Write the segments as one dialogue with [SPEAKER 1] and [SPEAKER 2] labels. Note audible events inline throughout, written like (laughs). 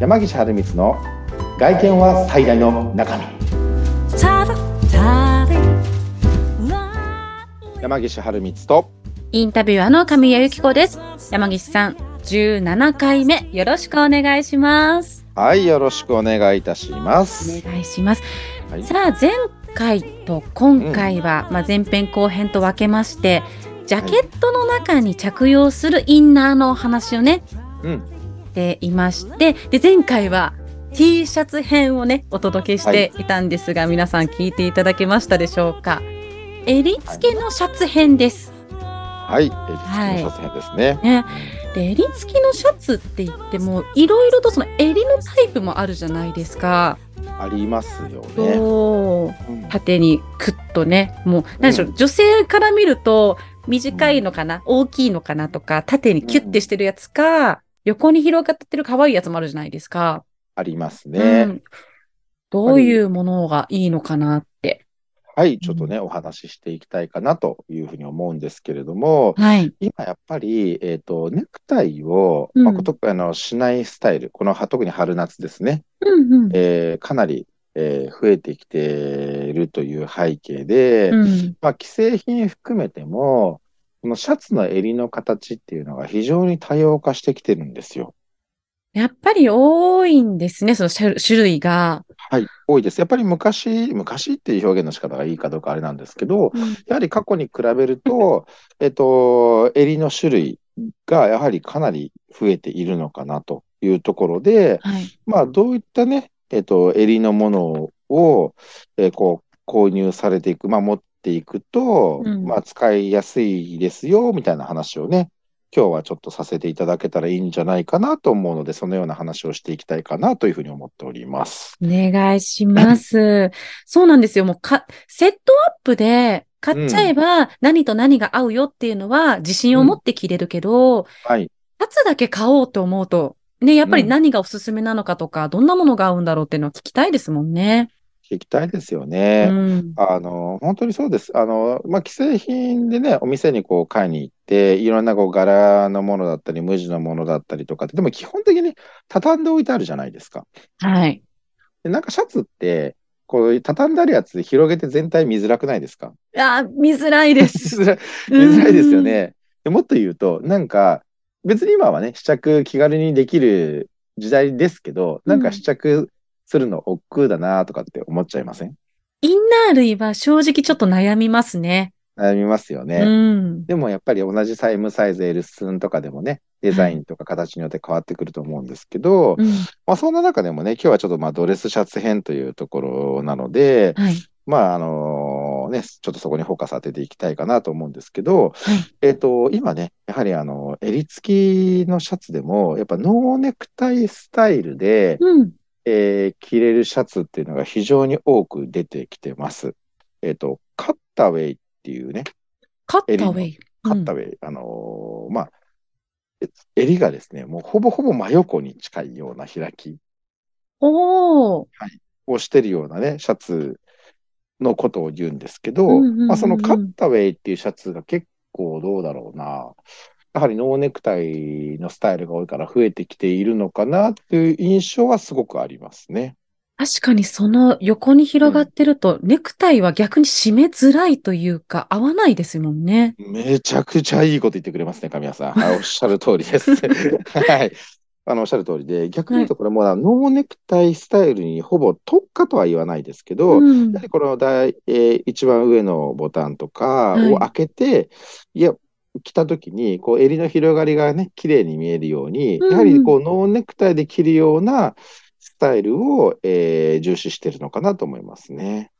[SPEAKER 1] 山岸春光の外見は最大の中身
[SPEAKER 2] Thank
[SPEAKER 1] 山岸春光と
[SPEAKER 3] インタビュアーの神谷由紀子です。山岸さん、17回目、よろしくお願いします。
[SPEAKER 1] はいよろしくお願いいたしま
[SPEAKER 3] お
[SPEAKER 1] す、
[SPEAKER 3] 願いします。
[SPEAKER 1] はい、
[SPEAKER 3] さあ、前回と今回は、まあ、前編後編と分けまして、ジャケットの中に着用するインナーのお話をね、
[SPEAKER 1] うん
[SPEAKER 3] していまして、で、前回は、T シャツ編をね、お届けしていたんですが、皆さん聞いていただけましたでしょうか。襟付けのシャツ編です。
[SPEAKER 1] はいえー、の撮影ですね、
[SPEAKER 3] ね、で襟付きのシャツって言ってもいろいろとその襟のタイプもあるじゃないですか。
[SPEAKER 1] ありますよね、
[SPEAKER 3] そう
[SPEAKER 1] うん
[SPEAKER 3] 縦にクッとねもう何でしょう、
[SPEAKER 1] う
[SPEAKER 3] 女性から見ると短いのかな、大きいのかなとか縦にキュッてしてるやつか、横に広がってる可愛いやつもあるじゃないですか。
[SPEAKER 1] あります
[SPEAKER 3] う
[SPEAKER 1] ね、
[SPEAKER 3] んどういうものがいいのかなって。
[SPEAKER 1] はいちょっとねお話ししていきたいかなというふうに思うんですけれども、
[SPEAKER 3] はい。
[SPEAKER 1] 今やっぱり、えっとネクタイを、
[SPEAKER 3] うん
[SPEAKER 1] まあ、ことあのしないスタイルこのは特に春夏ですね、
[SPEAKER 3] うんうん。
[SPEAKER 1] えーかなり、えー増えてきているという背景で、
[SPEAKER 3] うん
[SPEAKER 1] まあ、既製品含めてもこのシャツの襟の形っていうのが非常に多様化してきてるんですよ。
[SPEAKER 3] やっぱり多いんですね、その種種類が。
[SPEAKER 1] はい、多いです。やっぱり昔、昔っていう表現の仕方がいいかどうかあれなんですけど、やはり過去に比べると、えっと、襟の種類がやはりかなり増えているのかなというところで、
[SPEAKER 3] はい。
[SPEAKER 1] まあ、どういったね、えっと、襟のものを、えーこう、購入されていく、まあ、持っていくと、
[SPEAKER 3] うん
[SPEAKER 1] まあ、使いやすいですよ、みたいな話をね、今日はちょっとさせていただけたらいいんじゃないかなと思うので、そのような話をしていきたいかなというふうに思っております。
[SPEAKER 3] お願いします。そうなんですよ。もうか、セットアップで買っちゃえば何と何が合うよっていうのは自信を持って着れるけど、
[SPEAKER 1] はい。
[SPEAKER 3] シャツだけ買おうと思うと、ね、やっぱり
[SPEAKER 1] うん
[SPEAKER 3] 何がおすすめなのかとか、どんなものが合うんだろうっていうのを聞きたいですもんね。
[SPEAKER 1] 聞きたいですよ
[SPEAKER 3] う
[SPEAKER 1] ね。
[SPEAKER 3] ん。
[SPEAKER 1] あの、本当にそうです。あの、まあ、既製品でね、お店にこう買いに行って、いろんなこう柄のものだったり、無地のものだったりとかって、でも基本的に畳んでおいてあるじゃないですか。
[SPEAKER 3] はい。
[SPEAKER 1] でなんかシャツって、こう、畳んであるやつ広げて全体見づらくない
[SPEAKER 3] (laughs)
[SPEAKER 1] ですか
[SPEAKER 3] あー、見づらいで
[SPEAKER 1] 見
[SPEAKER 3] す。
[SPEAKER 1] づらい (laughs) 見づらいですよね。でもっと言うと、なんか、別に今はね、試着気軽にできる時代ですけど、なん
[SPEAKER 3] う
[SPEAKER 1] か
[SPEAKER 3] ん
[SPEAKER 1] 試着するの億劫だなとかって思っちゃいません
[SPEAKER 3] うん。インナー類は正直ちょっと悩みますね。
[SPEAKER 1] 悩みますよね。
[SPEAKER 3] うん。
[SPEAKER 1] でもやっぱり同じサイムサイズ L 寸とかでもね、デザインとか形によって変わってくると思うんですけど、
[SPEAKER 3] うん。
[SPEAKER 1] まあそんな中でもね、今日はちょっとまあドレスシャツ編というところなので、
[SPEAKER 3] はい。
[SPEAKER 1] まああのね、ちょっとそこにフォーカス当てていきたいかなと思うんですけど、
[SPEAKER 3] はい
[SPEAKER 1] えっ、と、今ね、やはりあの、襟付きのシャツでも、やっぱノーネクタイスタイルで、
[SPEAKER 3] うん。
[SPEAKER 1] えー着れるシャツっていうのが非常に多く出てきてます。えっ、と、カッターウェイっていうね、
[SPEAKER 3] カッタウェイ。
[SPEAKER 1] カッター
[SPEAKER 3] ウェイ。
[SPEAKER 1] ウェイ、あのーまあ、え襟がですね、もうほぼほぼ真横に近いような開き
[SPEAKER 3] おー。
[SPEAKER 1] をしてるようなね、シャツのことを言うんですけど、
[SPEAKER 3] うんうんうんうん
[SPEAKER 1] まあ、そのカッターウェイっていうシャツが結構どうだろうな、やはりノーネクタイのスタイルが多いから増えてきているのかなっていう印象はすごくありますね。
[SPEAKER 3] 確かにその横に広がってると、ネクタイは逆に締めづらいというか、合わないですもんね。
[SPEAKER 1] めちゃくちゃいいこと言ってくれますね、神谷 (laughs) さん。はい、おっしゃる通りです。 (laughs) はい。あの、おっしゃる通りで、逆に言うと、これもうなノーネクタイスタイルにほぼ特化とは言わないですけど、
[SPEAKER 3] うん
[SPEAKER 1] やはりこの大、えー一番上のボタンとかを開けて、い、や、着た時に、こう、襟の広がりがね、綺麗に見えるように、
[SPEAKER 3] うん
[SPEAKER 1] やはりこう、ノーネクタイで着るようなスタイルを、えー重視してるのかなと思いますね。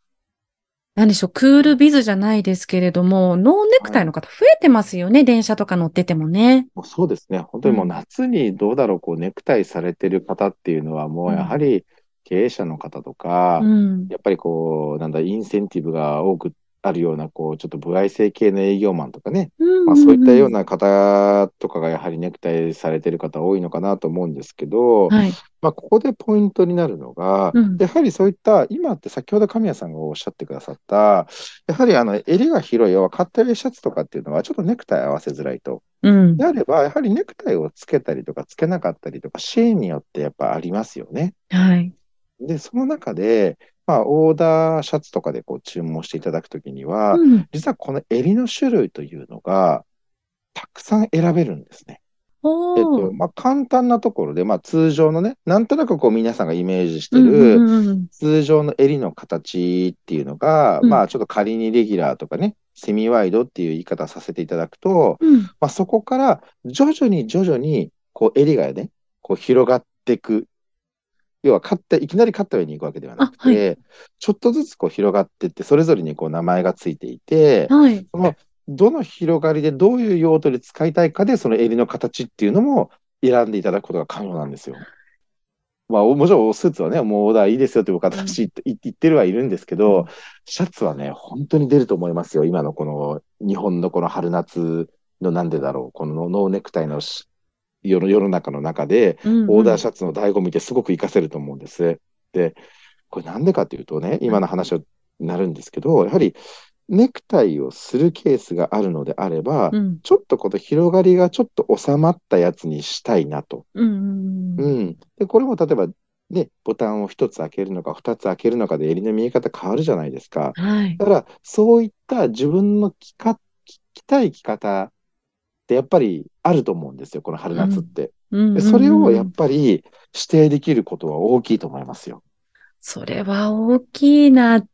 [SPEAKER 3] 何でしょう、クールビズじゃないですけれども、ノーネクタイの方増えてますよね、電車とか乗っててもね。
[SPEAKER 1] もうそうですね。本当にもう夏にどうだろう、こう、ネクタイされてる方っていうのは、もうやはり経営者の方とか、
[SPEAKER 3] うん。
[SPEAKER 1] やっぱりこう、なんだ、インセンティブが多くあるような、こう、ちょっと歩合制系の営業マンとかね、
[SPEAKER 3] うん
[SPEAKER 1] まあ、そういったよう
[SPEAKER 3] な。
[SPEAKER 1] な方とかがやはりネクタイされてる方多いのかなと思うんですけど、
[SPEAKER 3] はい。
[SPEAKER 1] まあ、ここでポイントになるのが、
[SPEAKER 3] うん
[SPEAKER 1] やはりそういった、今って先ほど神谷さんがおっしゃってくださった、やはりあの襟が広い、要はカッターシャツとかっていうのはちょっとネクタイ合わせづらいと。
[SPEAKER 3] うん
[SPEAKER 1] で。あれば、やはりネクタイをつけたりとかつけなかったりとか、シーンによってやっぱありますよね。
[SPEAKER 3] はい。
[SPEAKER 1] で、その中で、まあ、オーダーシャツとかでこう注文していただくときには、
[SPEAKER 3] うん。
[SPEAKER 1] 実はこの襟の種類というのが、たくさん選べるんですね。えっ
[SPEAKER 3] お
[SPEAKER 1] と、
[SPEAKER 3] ー。
[SPEAKER 1] まあ、簡単なところで、まあ、通常のね、なんとなくこう皆さんがイメージして
[SPEAKER 3] うんう
[SPEAKER 1] る、
[SPEAKER 3] んうん
[SPEAKER 1] 通常の襟の形っていうのが、
[SPEAKER 3] うん
[SPEAKER 1] まあ、ちょっと仮にレギュラーとかね、セミワイドっていう言い方させていただくと、
[SPEAKER 3] うん。
[SPEAKER 1] まあ、そこから徐々に徐々に、こう襟がね、こう広がっていく。要は、買って、いきなり買った上に行くわけではなく
[SPEAKER 3] あは
[SPEAKER 1] て、ちょっとずつこう広がっていって、それぞれにこう名前がついていて、
[SPEAKER 3] はい。
[SPEAKER 1] そのどの広がりでどういう用途で使いたいかで、その襟の形っていうのも選んでいただくことが可能なんですよ。まあ、おもちろんおスーツはね、もうオーダーいいですよという形い言ってるはいるんですけど、シャツはね、本当に出ると思いますよ。今のこの日本のこの春夏のなんでだろう、このノーネクタイのし世の世の中の中で、オーダーシ
[SPEAKER 3] ャ
[SPEAKER 1] ャツの醍醐味ってすごく活かせると思うんです。で、これなんでかっていうとね、今の話になるんですけど、やはりネクタイをするケースがあるのであれば、
[SPEAKER 3] うん。
[SPEAKER 1] ちょっとこの広がりがちょっと収まったやつにしたいなと。
[SPEAKER 3] うん。
[SPEAKER 1] う
[SPEAKER 3] うん
[SPEAKER 1] ん。で、これも例えば、ね、ボタンを1つ開けるのか2つ開けるのかで襟の見え方変わるじゃないですか。
[SPEAKER 3] はい。
[SPEAKER 1] だから、そういった自分の着か着着たい着方ってやっぱりあると思うんですよ、この春夏って。
[SPEAKER 3] うんうん
[SPEAKER 1] で
[SPEAKER 3] うん
[SPEAKER 1] それをやっぱり指定できることは大きいと思いますよ。
[SPEAKER 3] それは大きいな。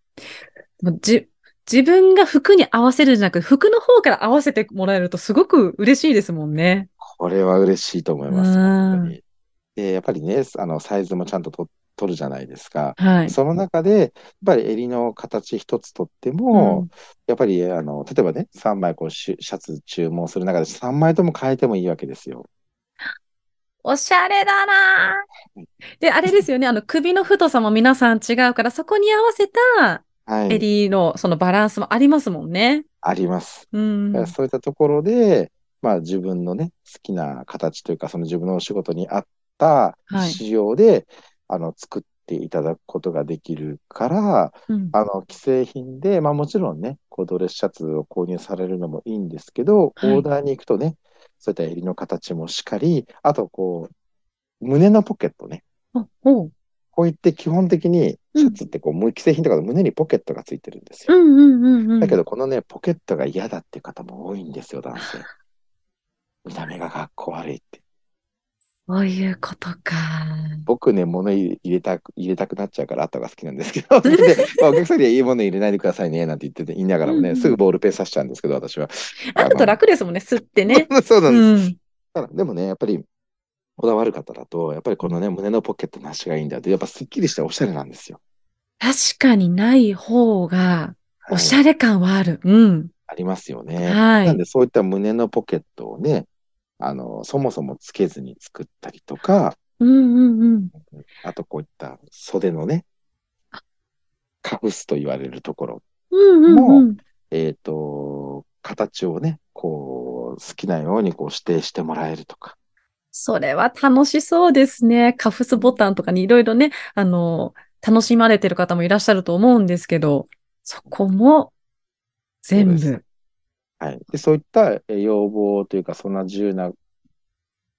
[SPEAKER 3] もうじ自分が服に合わせるんじゃなくて、服の方から合わせてもらえるとすごく嬉しいですもんね。
[SPEAKER 1] これは嬉しいと思います。
[SPEAKER 3] うん
[SPEAKER 1] 本当にで、やっぱりね、あの、サイズもちゃんとと取るじゃないですか。
[SPEAKER 3] はい。
[SPEAKER 1] その中で、やっぱり襟の形一つとっても、やっぱり、あの、例えばね、3枚こうシュシャツ注文する中で3枚とも変えてもいいわけですよ。
[SPEAKER 3] おしゃれだなぁで、あれですよね、あの、首の太さも皆さん違うから、そこに合わせた
[SPEAKER 1] はい。
[SPEAKER 3] 襟のそのバランスもありますもんね。
[SPEAKER 1] あります。
[SPEAKER 3] うん
[SPEAKER 1] だか。らそういったところで、まあ自分のね、好きな形というか、その自分のお仕事に合った
[SPEAKER 3] はい
[SPEAKER 1] 仕様で、あの、作っていただくことができるから、
[SPEAKER 3] うん
[SPEAKER 1] あの、既製品で、まあもちろんね、こうドレスシャツを購入されるのもいいんですけど、
[SPEAKER 3] はい
[SPEAKER 1] オーダーに行くとね、そういった襟の形もしっかり、あとこう、胸のポケットね。
[SPEAKER 3] おおう
[SPEAKER 1] こういって基本的に、シャツってこう、既製品とかで胸にポケットがついてるんです
[SPEAKER 3] う
[SPEAKER 1] よ。
[SPEAKER 3] んうんうんうん。
[SPEAKER 1] だけど、このね、ポケットが嫌だっていう方も多いんですよ、男
[SPEAKER 3] (laughs)
[SPEAKER 1] 性。見た目がかっこ悪いって。
[SPEAKER 3] そういうことか。
[SPEAKER 1] 僕ね、物入れたく、入れたくなっちゃうから、後が好きなんですけど、
[SPEAKER 3] (laughs)
[SPEAKER 1] でまあお客さんにはいいもの入れないでくださいね、なんて言ってて、言いながらも
[SPEAKER 3] うんう
[SPEAKER 1] ね、
[SPEAKER 3] ん
[SPEAKER 1] すぐボールペン刺しちゃうんですけど、私は。
[SPEAKER 3] あだと楽ですもんね、吸ってね。
[SPEAKER 1] あの (laughs) そうなんです。
[SPEAKER 3] うん。
[SPEAKER 1] ただでもね、やっぱり、こだわる方だと、やっぱりこのね、胸のポケットなしがいいんだって、やっぱすっきりしておしゃれなんですよ。
[SPEAKER 3] 確かにない方が、おし
[SPEAKER 1] れ
[SPEAKER 3] ゃれ感はある。うん。
[SPEAKER 1] ありますよね。
[SPEAKER 3] はい
[SPEAKER 1] なんでそういった胸のポケットをね、あの、そもそもつけずに作ったりとか、
[SPEAKER 3] うんうんうん。
[SPEAKER 1] あとこういった袖のね、カフスと言われるところ、
[SPEAKER 3] うんうんうん。
[SPEAKER 1] えっ、と、形をね、こう、好きなようにこう指定してもらえるとか。
[SPEAKER 3] それは楽しそうですね。カフスボタンとかにいろいろね、あの、楽しまれてる方もいらっしゃると思うんですけど、そこも全
[SPEAKER 1] そう
[SPEAKER 3] 部。
[SPEAKER 1] はい。で、そういったえー要望というか、そんな自由な、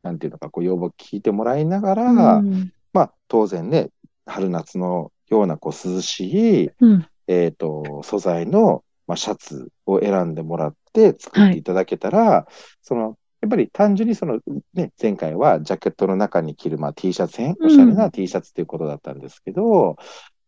[SPEAKER 1] なんていうのか、こう要望を聞いてもらいながら、
[SPEAKER 3] うん
[SPEAKER 1] まあ、当然ね、春夏のようなこう涼しい、
[SPEAKER 3] うん。
[SPEAKER 1] えー、と素材の、まあ、シャツを選んでもらって作っていただけたら、そのやっぱり単純にその、ね、前回はジャケットの中に着る、まあ、T シャツ編、
[SPEAKER 3] うん
[SPEAKER 1] おしゃれな T シャツということだったんですけど、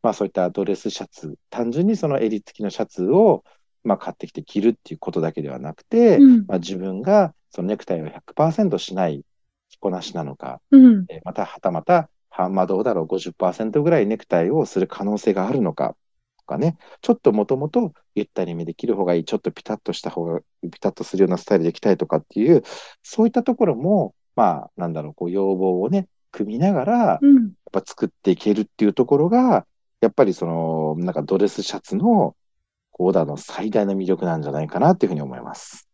[SPEAKER 1] まあ、そういったドレスシャツ、単純にその襟付きのシャツを、まあ、買ってきて着るっていうことだけではなくて、
[SPEAKER 3] うん
[SPEAKER 1] まあ、自分がそのネクタイを100%しない着こなしなのか、
[SPEAKER 3] うん。
[SPEAKER 1] えーまたはたまた、はまあ、どうだろう、50%ぐらいネクタイをする可能性があるのかとかね、ちょっともともとゆったりめできる方がいい、ちょっとピタッとした方が、ピタッとするようなスタイルでいきたいとかっていう、そういったところも、まあ、なんだろう、こう、要望をね、組みながら、やっ
[SPEAKER 3] うん。
[SPEAKER 1] ぱ作っていけるっていうところが、やっぱりその、なんかドレスシャツの、ゴーダの最大の魅力なんじゃないかなっていうふうに思います。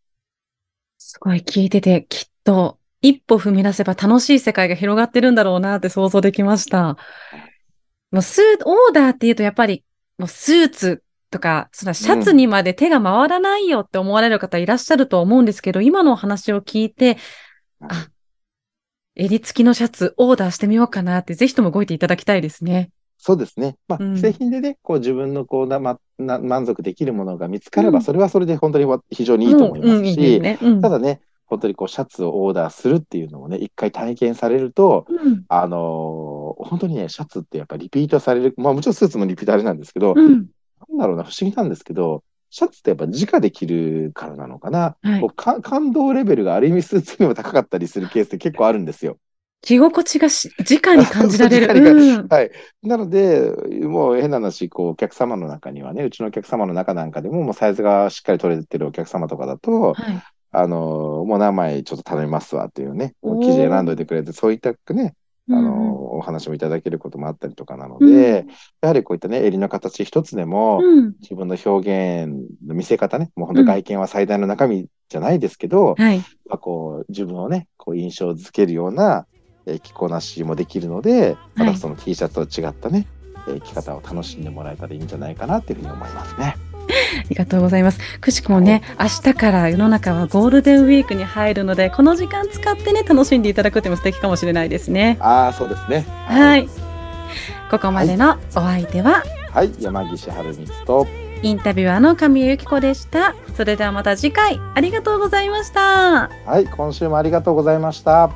[SPEAKER 3] すごい聞いてて、きっと一歩踏み出せば楽しい世界が広がってるんだろうなって想像できました。もうスーオーダーっていうとやっぱりもうスーツとか、そんなシャツにまで手が回らないよって思われる方いらっしゃると思うんですけど、今のお話を聞いて、あ、襟付きのシャツオーダーしてみようかなって、ぜひとも動いていただきたいですね。
[SPEAKER 1] そうですね。まあ、
[SPEAKER 3] うん
[SPEAKER 1] 製品でね、こう自分のこうな、ま、な満足できるものが見つかれば、
[SPEAKER 3] うん
[SPEAKER 1] それはそれで本当にわ非常にいいと思いま
[SPEAKER 3] うん、うん、い
[SPEAKER 1] す
[SPEAKER 3] いです
[SPEAKER 1] し、
[SPEAKER 3] ね。うん
[SPEAKER 1] た。だね、本当にこうシャツをオーダーするっていうのをね、一回体験されると、
[SPEAKER 3] うん。
[SPEAKER 1] あのー本当にね、シャツってやっぱリピートされる、まあもちろんスーツもリピートあれなんですけど、
[SPEAKER 3] うん。
[SPEAKER 1] なんだろうな、不思議なんですけど、シャツってやっぱ直で着るからなのかな、
[SPEAKER 3] はい
[SPEAKER 1] こうか感動レベルがある意味スーツよりも高かったりするケースって結構あるんですよ。
[SPEAKER 3] 着心地がし、
[SPEAKER 1] (laughs)
[SPEAKER 3] 直に感じられる。
[SPEAKER 1] 直に感じ
[SPEAKER 3] うん。
[SPEAKER 1] はい。なので、もう変な話、こう、お客様の中にはね、うちのお客様の中なんかでも、もうサイズがしっかり取れてるお客様とかだと、
[SPEAKER 3] はい。
[SPEAKER 1] あの、もう何枚ちょっと頼みますわっていうね、
[SPEAKER 3] おー
[SPEAKER 1] 記事選んどいてくれて、そういったね、あ
[SPEAKER 3] うんうん
[SPEAKER 1] の、お話もいただけることもあったりとかなので、やはりこういったね、襟の形一つでも、
[SPEAKER 3] うん。
[SPEAKER 1] 自分の表現の見せ方ね、もう本当外見は最大の中身じゃないですけど、
[SPEAKER 3] はい。
[SPEAKER 1] まあ、こう自分をねこう印象づけるような、えー着こなしもできるのでま
[SPEAKER 3] はい
[SPEAKER 1] たその T シャツと違ったね、えー着方を楽しんでもらえたらいいんじゃないかなっていうふうに思いますね。
[SPEAKER 3] ありがとうございます。くしくもね、明日から世の中はゴールデンウィークに入るので、この時間使ってね、楽しんでいただくっていうのも素敵かもしれないですね。
[SPEAKER 1] ああそうですね。。
[SPEAKER 3] はいい。ここまでのお相手は、
[SPEAKER 1] はい、山岸春光と
[SPEAKER 3] インタビュアーの神谷由紀子でした。それではまた次回、ありがとうございました。
[SPEAKER 1] はい今週もありがとうございました。